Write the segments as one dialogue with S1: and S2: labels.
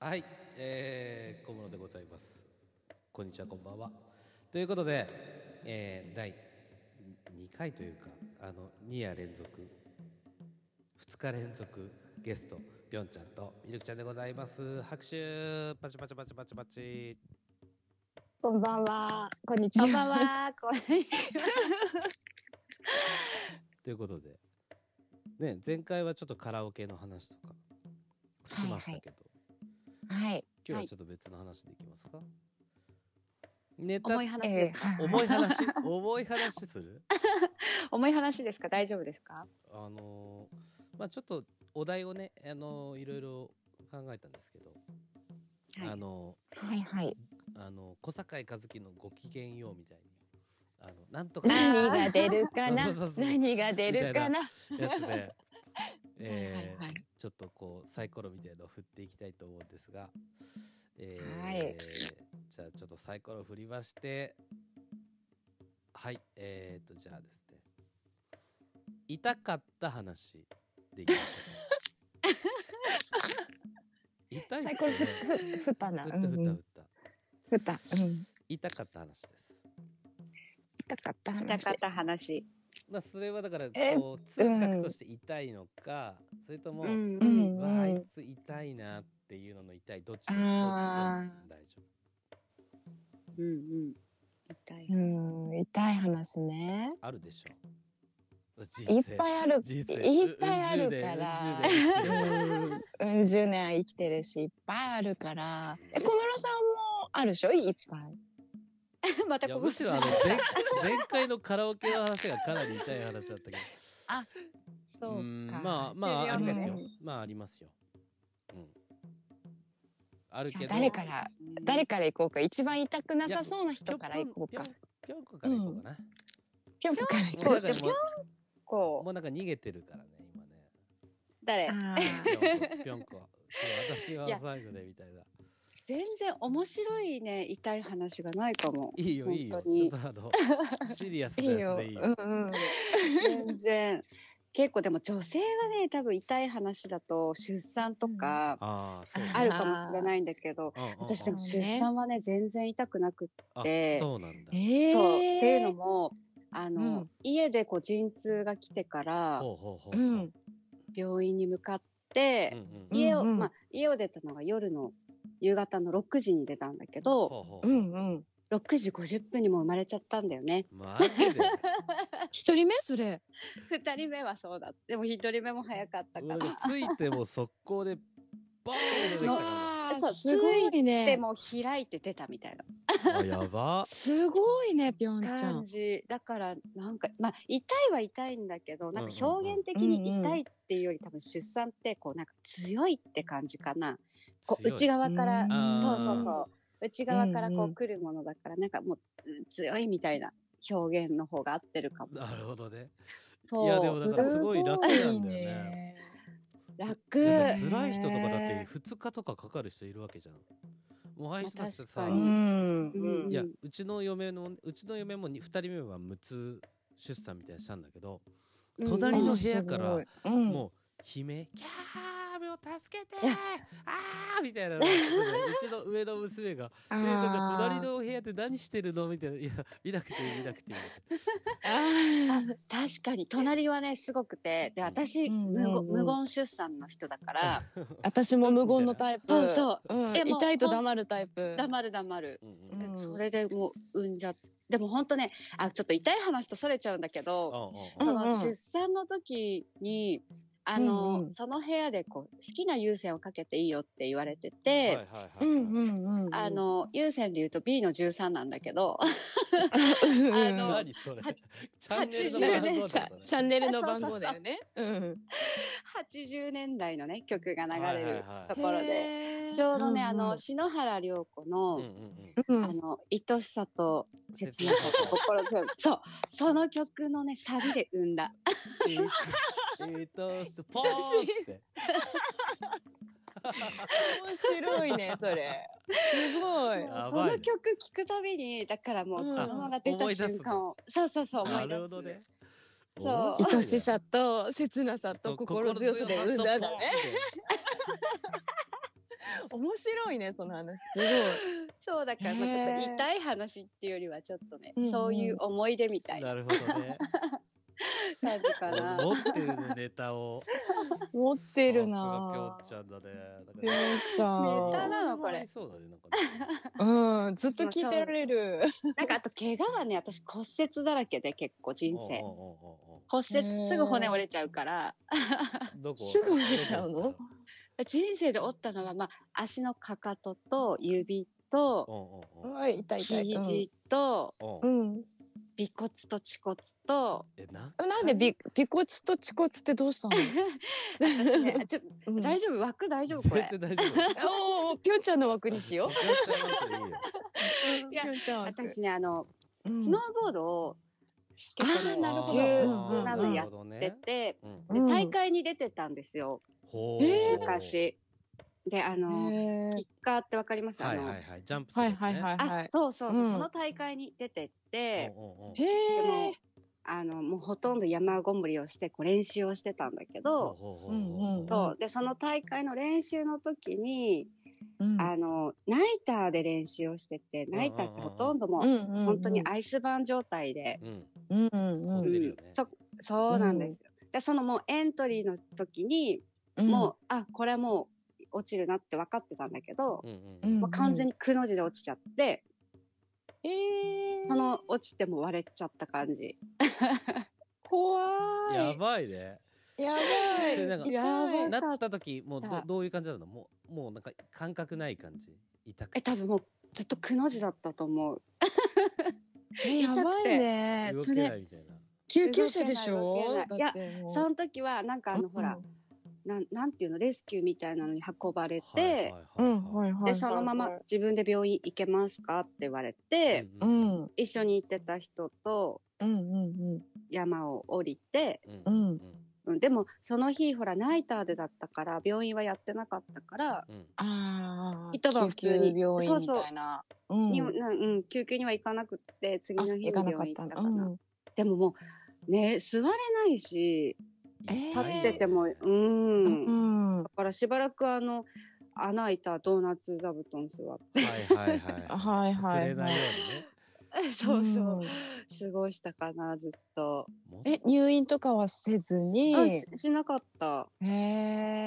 S1: はい、えー、小室でございます。こんにちは、こんばんは。ということで、えー、第2回というか、あの2夜連続、2日連続ゲスト、ぴょんちゃんとミルクちゃんでございます。拍手、パチパチパチパチパチ。
S2: こんばんは。こんにちは。
S3: こんばんは。こんにちは。
S1: ということで、ね、前回はちょっとカラオケの話とかしましたけど、
S2: はい。
S1: 今日
S3: は
S1: はいちょっと別の話でいきますか。ネタ
S3: 重い話
S2: え
S3: で
S2: ー
S3: すか。
S2: はい
S1: 重い話重い話する
S3: 重い話ですか。大丈夫ですか。
S1: あのーまあちょっとお題をね、あのーいろいろ考えたんですけど、
S3: はい
S1: あの
S2: はいはい。
S1: ーあのー小坂井和樹のごきげんようみたいにあのなんとか
S2: 何が出るか な
S1: そうそうそう
S2: 何が出るかな
S1: や つで、えー
S2: はいはいはい
S1: ちょっとこうサイコロみたいのを振っていきたいと思うんですが、えー
S2: はい
S1: じゃあちょっとサイコロ振りましてはいえー、とじゃあですね痛かった話でいきましょ う痛い
S2: サイコロ
S1: っす
S2: ふ、
S1: よね
S2: ふ、ふたな。
S1: 振っ
S2: う
S1: た
S2: ん
S1: 振っ
S2: う
S1: た
S2: ん
S1: 振った
S2: ふた。うん。
S1: 痛かった話です
S2: 痛かった
S3: 痛
S2: 話
S3: かっ。た話。
S1: まあそれはだから
S2: え
S1: こう痛覚として痛いのか、それとも、
S3: うん
S2: う
S3: うん。
S2: ん
S1: うわああいつ痛いなっていうのの痛いどっちのどっちでも
S2: あ
S1: 大丈夫
S3: うんうん。痛い。
S2: うん、痛い話ね。
S1: あるでしょ人生
S2: いっぱいある。
S1: 人生
S2: いっぱいあるか
S1: う
S2: ら。
S1: ん十年うん十年生きてる
S2: うん、うん十年生きてるし、いっぱいあるから。え、小室さんもあるでしょいっぱい。
S3: また
S1: いや
S3: こ
S1: む
S3: ぶ
S1: しろあの前前回のカラオケの話がかなり痛い話だったけど
S2: あそ
S1: うんまあまあありま
S3: 全然
S1: す
S3: ある
S1: よ
S2: ね
S1: まあありますようんあるけ
S2: じ
S1: ど
S2: ゃあ誰から、誰から行こうか。一番痛くなさそうな人から行こうか
S1: ぴょ。んぴょんぴょんこから行こうかな、
S2: ぴょんこから行
S1: も
S2: こ
S1: うなんか。もう
S2: うか
S3: こ
S1: もうなんか逃げてるからね今ね
S3: う誰。
S2: あ
S1: ぴ
S2: ー
S1: ょんこぴょんこちょっと私はい
S3: や
S1: 最後でみたいな
S3: 全然面白いね痛い話がないか も。
S1: いいよいいよ
S3: 本
S1: ち
S3: 当に
S1: ょっとあのシリアス
S2: い
S1: ないや
S2: よ。
S1: つ
S2: う
S1: でいいよ
S2: んうん。
S3: 全然。結構でも女性はね多分痛い話だと出産とか
S1: ああそうね
S2: ん
S3: あるかもしれないんだけど。
S1: うんうんうん
S3: 私でも
S2: そう
S3: 出
S2: ね
S3: 産はね全然痛くなくっ
S1: あ
S3: て
S1: そうなんだ
S2: ええ
S3: そうっていうのもあの、
S2: うん
S3: 家でこう陣痛が来てから
S1: ほうほうほうほ
S2: うん。
S3: 病院に向かって、
S2: うん
S3: 家を、
S2: うん
S3: まあ、家を出たのが夜の夕方の6時に出たんだけど、
S1: ほうほうほ
S2: う
S1: うん
S2: うん。
S3: 6時50分にもう生まれちゃったん だよね
S1: マジで
S2: 一人目それ。
S3: 2人目はそうだでも1人目も早かった
S1: う
S3: か
S1: わ
S3: ら。
S1: ついても速攻でバーンと出てきたか
S2: あー
S3: そう
S2: すごい
S3: で
S2: ね。
S3: もう開いて出たみたい
S1: らあやば
S2: すごいね、ぴょん
S3: な
S2: ちゃ
S3: 感
S2: ん。
S3: じだからなんかまあ痛いは痛いんだけどな
S1: うん
S3: んか
S1: うんうん
S3: 表現的に痛いっていうより多分出産ってこうなんか強いって感じかなこう
S1: 強い
S3: 内側から
S1: あー
S3: そうそうそう内側からこ
S2: うんう
S3: うん来るものだからなんかもうう強いみたいな表現の方が合ってるかも
S1: なるほどね
S3: そう
S1: いやでもだからすごい楽
S2: す
S1: な
S2: ごい
S1: んだよね
S2: ね。
S1: いや
S3: 楽
S1: でも辛い人とかだって
S2: ね
S1: 2日とかかかる人いるわけじゃんもうああいう人たちってさ
S3: まあ
S2: う
S3: 確かに
S2: ん。
S3: うん
S1: いや
S3: う
S1: うちの嫁のうちの嫁も2人目は無痛出産みたいにしたんだけど隣の部屋から
S2: も
S1: もう悲鳴「キャーもう助けてーあー!」みたいなのがそうそううちの上の娘が「
S2: う
S1: え
S2: ん、
S1: なんか
S2: あー
S1: 隣。の部屋で何してるの?」みたいな「いや見なくていい見なくていい」
S2: あー
S3: 確かに隣はねすごくてで私、
S2: うん
S3: 無
S2: うん
S3: 言
S2: うん
S3: 無言出産の人 だから
S2: 私も無言のタイプ。。
S3: そうそう
S2: うん、
S3: えもう
S2: 痛いと黙るタイプ。
S3: 黙る黙る
S1: うんうん
S2: う
S1: うん
S2: ん
S3: それでもう産んじゃでも本当ねあちょっと痛い話とそれちゃうんだけど、
S1: うん
S3: そ
S2: うんうん
S3: の出産の時にあの、
S2: うんうん
S3: その部屋でこう好きな優先をかけていいよって言われて
S1: はい
S3: て、
S1: はいはいは
S2: う
S1: い
S2: んうんうん。
S3: あ、の優先で言うと B の13なんだけど
S2: あ
S3: あの
S1: 何それ
S3: は
S1: チャンネルの番
S3: 80年
S1: 号
S2: チ
S1: だった
S2: ャ
S1: ね
S2: チャンネルの番号だよね。うん。
S3: 80年代のね曲が流れる
S1: はいはいはい
S3: ところで、
S2: へー
S3: ちょうどね、
S2: ん
S3: あの篠原涼子の、
S1: うんうんうん
S2: う
S3: あ
S2: ん。
S3: の愛しさと切なさ と心強いそうその曲のねサビで産んだ
S1: えーえーとしてポーンって
S2: 面白い ね、それ。すごい。
S1: や
S3: そ
S1: ばい
S3: の
S1: ね
S3: 曲聴くたびにだからもう
S2: うん
S3: 子供が出た瞬間を、そうそうそう思
S1: ない
S3: 出
S1: る
S3: す
S1: ほどね
S3: そ
S1: 面
S3: う
S1: 白いね
S2: 愛しさと切なさと心強さで産んだんだね。面白いね、その話。すごい。
S3: そうだから、まあ、ちょっ
S2: へ
S3: と
S2: ー
S3: 痛い話っていうよりはちょっとね、
S2: うんうん
S3: そういう思い出みたいな
S1: なるほど ね。
S3: 感じかな。
S1: 持ってるねネタを。
S2: 持ってるなぁ。
S1: さすがぴょっちゃんだね。だ
S2: ぴょ
S1: から
S2: んちゃ
S3: ネタ
S2: ん。
S3: なのこれ
S1: ありそうだねなんかね。
S2: うん、ずっと聞いてられる。
S3: なんかあと怪我はね私骨折だらけで結構人
S1: おうおう
S3: 生。
S1: おうおう
S3: 骨折すぐ骨折れちゃうから
S1: おうどこ
S2: すぐ折れちゃうの
S1: どこだっ
S3: 人生で折ったのは、まあ、足のかかとと指と
S1: たおうおうおう
S2: はい、痛い痛い。
S3: 肘と
S1: おう
S2: うん。
S3: 尾骨と恥骨 と
S1: えな
S2: うんなんでび、尾骨と恥骨ってどうしたの
S3: 私 ねちょっ
S2: うん
S3: と大丈夫枠大丈夫これ
S1: 全然大丈夫。
S2: おーぴょんちゃんの枠にしよ
S1: めちゃくちゃなんかいいよ。
S2: う。
S3: いや
S2: ぴょんちゃん枠。
S3: 私ねあの
S2: うん
S3: スノーボードを結構ね
S2: あーなるほど
S1: あー
S3: 十
S2: な
S3: 何
S2: るほどね
S3: 年
S1: どね
S3: やってて
S1: うん
S3: で大会に出てたんですよ
S1: ほ
S2: え
S1: う。
S3: 昔。であ
S2: へ
S3: の
S2: ー
S3: キッカーってわかりますあ
S1: はい
S3: の
S1: はいはい。ジャンプする
S2: は
S1: や
S2: い
S1: つね。
S2: はいはいは
S3: あ
S2: い。
S3: そうそうそう
S2: うん
S3: その大会に出てって
S1: おうおうおう
S2: へ
S3: でも
S2: え。
S3: あのもうほとんど山ごもりをしてこう練習をしてたんだけど、
S1: ほうほうほうほう
S2: うんうん
S3: そうでその大会の練習の時に、
S2: うん
S3: あのナイターで練習をしててナイターってほとんども
S2: う
S3: うん
S2: うんうん
S3: 本当にアイスバーン状態で、
S1: うん
S2: うんうん
S1: 混んでるよね
S3: そそうなんですよ。でそのもうエントリーの時に、
S2: うん
S3: もうあこれはもう落ちるなって分かってたんだけど、
S1: うんう
S2: うんん
S3: もう完全にくの字で落ちちゃって、
S2: えー
S3: その落ちても割れちゃった感じ。
S2: 怖
S1: うん。
S2: い
S1: やばいね。
S2: やば
S1: それなんか
S2: い痛い
S1: なった時もうど
S3: さ
S1: どういう感じなのもうもうなんか感覚ない感じ痛く
S3: え多分もうずっとくの字だったと思う。
S2: えやばいね
S1: 動
S2: そ
S1: けな
S2: れ
S1: いみたいな
S2: 救急車でしょ
S3: 動けない動けな
S2: だっ
S3: い
S2: てもう
S3: その時はなんかあのほら、なんなんていうのレスキューみたいなのに運ばれて、
S2: うんうんはいはい
S3: でそのまま
S2: はい
S3: 自分で病院行けますかって言われて、
S2: う
S1: うん
S2: んうん
S3: 一緒に行ってた人と
S2: うん
S3: 山を降りて、
S1: うんうんうん
S3: うん、でもその日ほらナイターでだったから病院はやってなかったから、
S1: うん
S2: ああ
S3: 一晩普通に
S2: 救急病院みたいなうん
S3: になうん、救急には行かなくって次
S2: あ
S3: の日
S2: 行か
S3: の
S2: なか
S3: 病
S2: っ
S3: 院行
S2: た
S3: っ
S2: ん
S3: た
S2: だ
S3: かなでももうね座れないし
S2: え
S3: 立
S1: 痛いよ
S3: っ
S1: ね
S3: てても、う
S2: う
S3: ん、
S2: んうん
S3: だからしばらくあの穴開いたドーナツ座布団座って
S1: はいはいは
S2: はいいはいはい
S1: 触れないようにね
S3: そうそう、
S2: ん
S3: 過ごしたかなずっと。
S1: も
S2: え入院とかはせずに
S3: あししなかった。
S2: へ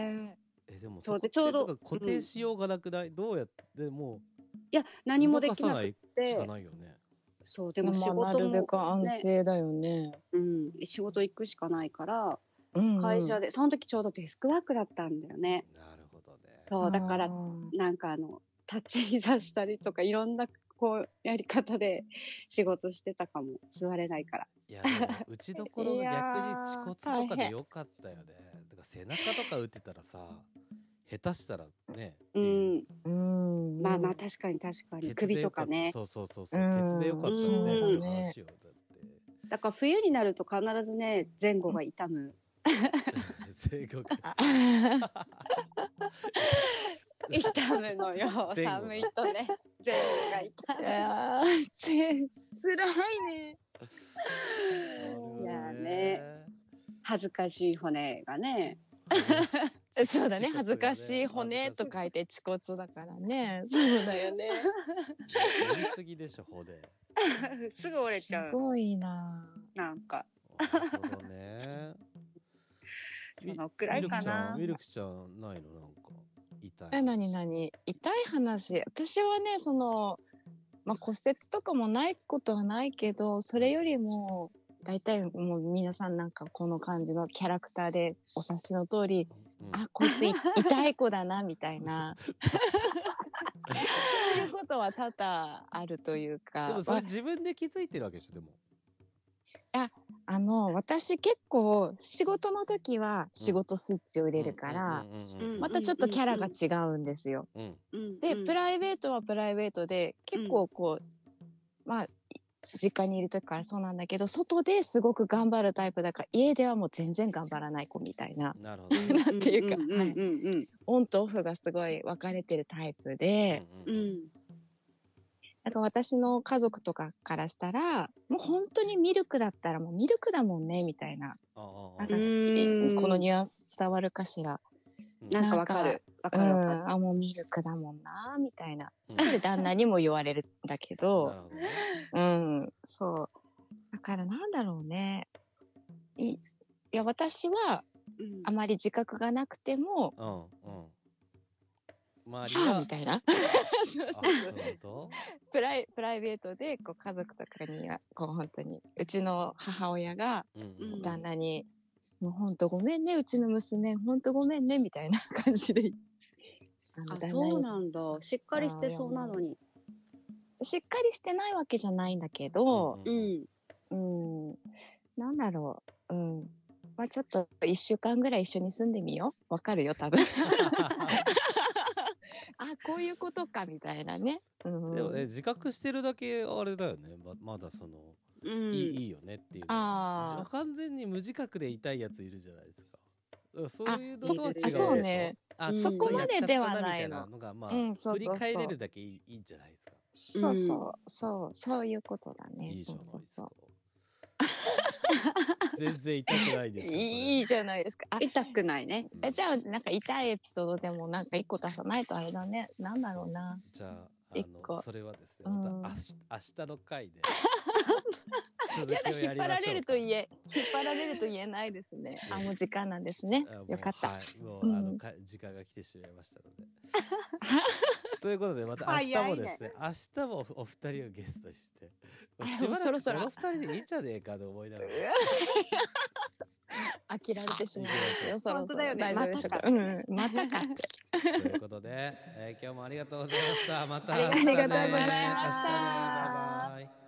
S2: え
S1: えでも
S3: そう
S1: そこ
S3: でちょうど
S1: ってなんか固定しようがなくないどうやってもう
S3: いや何もできなく
S1: 動かさないしか
S3: て、
S1: ないよね
S3: そうでも仕事も、
S2: まあなるべく安静だよね
S3: うん仕事行くしかないから
S2: うんうん
S3: 会社で、その時ちょうどデスクワークだったんだよね。
S1: なるほどね
S3: そうだか
S2: あ
S3: ら
S2: ー
S3: なんかあの立ち膝したりとかいろんなこうやり方で仕事してたかも座れないから。
S1: いやでも打ちどころが逆に恥骨とか
S2: いやー大
S1: で
S2: 変
S1: よかったよねだから背中とか打ってたらさ下手したらねって
S3: う、
S1: いうん
S2: うん
S3: まあまあ確かに確かに首とかね
S1: そうそうそうそう。
S2: うん
S1: 鉄でよかったね。
S3: うん
S1: って話よだっ
S3: だから冬になると必ずね前後が痛む、
S1: て。 全国。
S3: 痛むの よ
S1: 前後が
S3: 寒いと ね前後が痛む
S2: いやーつつらいね。
S3: いやーね。恥ずかしい骨がね
S2: そうだね恥ずかしい骨と書
S1: い
S2: いて恥骨だからね。そうだよ
S1: て。
S2: ね。
S1: やりすぎでしょ骨。
S3: すぐ折れちゃ
S2: す
S3: う
S2: ごいな。
S3: なんか
S1: なるほど ね。
S3: そのくらいかな
S1: ミルクちゃんミルクちゃんないのなんか痛い。
S2: えなになに痛い話。私はねそのまあ骨折とかもないことはないけどそれよりも。大体もう皆さんなんかこの感じのキャラクターでお察しの通り、
S1: うん。
S2: あ、こい つい痛い子だなみたいな。そういうことは多々あるというか。
S1: でもそれ自分で気づいてるわけでしょでも。
S2: あの、私結構仕事の時は仕事スイッチを入れるから、
S1: うんうんうんうん。
S2: またちょっとキャラが違うんですよ。
S1: うん。
S3: うん
S2: で、
S3: うん
S2: プライベートはプライベートで、結構こう、まあ、い実家にいる時からそうなんだけど、外ですごく頑張るタイプだから、家ではもう全然頑張らない子みたいな、
S1: なるほどね。
S2: なんていうか
S3: うんうんうん
S2: オンとオフがすごい分かれてるタイプで、
S1: う
S3: うんん
S1: うん
S2: なんか私の家族とかからしたら、もう本当にミルクだったらもうミルクだもんね、みたいな。
S1: ああああ
S2: なんか
S3: うん
S2: このニュアンス伝わるかしら。
S1: うん
S3: なんかわかるわ
S2: う
S3: かるわかる
S2: ん、あ、もうミルクだもんな、みたいな。
S1: うん
S2: で、旦那にも言われるんだけ
S1: な
S2: ど
S1: る、ほどね
S2: うん、そう。だからなんだろうね。いいや、私は
S3: うん
S2: あまり自覚がなくても、
S1: うんうん周り
S2: は
S1: は
S2: あみたいな。 そ う
S1: あ
S2: そ
S1: そう
S2: う
S1: い
S2: そう
S1: うこと
S2: プライプライベートでこう家族とかにはこう本当にうちの母親が
S1: うん
S3: うん
S2: 旦那に「もう本当ごめんねうちの娘本当ごめんね」みたいな感じであの
S3: あ
S2: 旦
S3: そう
S2: 那
S3: なんだしっかりしてそうなのに
S2: にしっかりしてないわけじゃないんだけど
S3: う
S1: うん
S3: ん
S2: うん、なんだろううんまあちょっと1週間ぐらい一緒に住んでみようわかるよ多分 あこういうことかみたいなね、うん、
S1: でもね自覚してるだけあれだよねままだその、
S3: う
S1: い
S3: ん
S1: いいいよねっていうの
S2: あー
S1: じゃ完全に無自覚で痛いやついるじゃないですかうんそう
S2: あ
S1: いうのとは違うでしょ
S3: そあそう
S2: ね
S1: あ
S3: そこ
S2: まででは
S1: やっちゃった
S2: な
S1: みた
S2: いの
S1: いなのがまあ、
S2: うんそう
S1: 振
S2: そ
S1: り
S2: うそう
S1: 返れるだけいいいいんじゃないですか
S2: そう
S3: うん
S2: そうそうそういうことだね
S1: いいじ
S2: そ
S1: ゃ
S2: う
S1: ない
S2: そう
S1: です
S2: そう
S1: か全然痛くないですよそれ
S2: いいじゃないですか。あ
S3: 痛くないね
S1: うん
S2: えじゃあなんか痛いエピソードでもなんか一個出さないとあれだね。なんだろうな。
S1: じゃあ、あ
S2: 一
S1: の、
S2: 個
S1: それはですね、
S2: うん
S1: また明日、明日の回 で。続
S2: やだ
S1: きを
S2: 引っ張られると言
S1: え。
S2: え引っ張られると言えないですね。あもう時間なんですね
S1: あも。う
S2: よかった。
S1: はい、もう、あ
S2: う
S1: の、
S2: ん
S1: か、時間が来てしまいましたので。 ということで、また明日もですね、明日もおお二人をゲストにして。
S2: あ
S1: しばらく
S2: そろそろ
S1: この二人でいいんじゃねえかと思いながら。
S2: 飽きられてしまいますよ。そろそ
S3: 本当
S2: ろ
S3: だよね
S2: 大丈夫でしょうか。
S3: また
S2: う
S3: か
S2: んまたかって。
S1: ということで、えー今日もありがとうございました。また明
S2: あ
S1: 日ね。
S2: りがとうございました
S1: 明日ねバイバイ。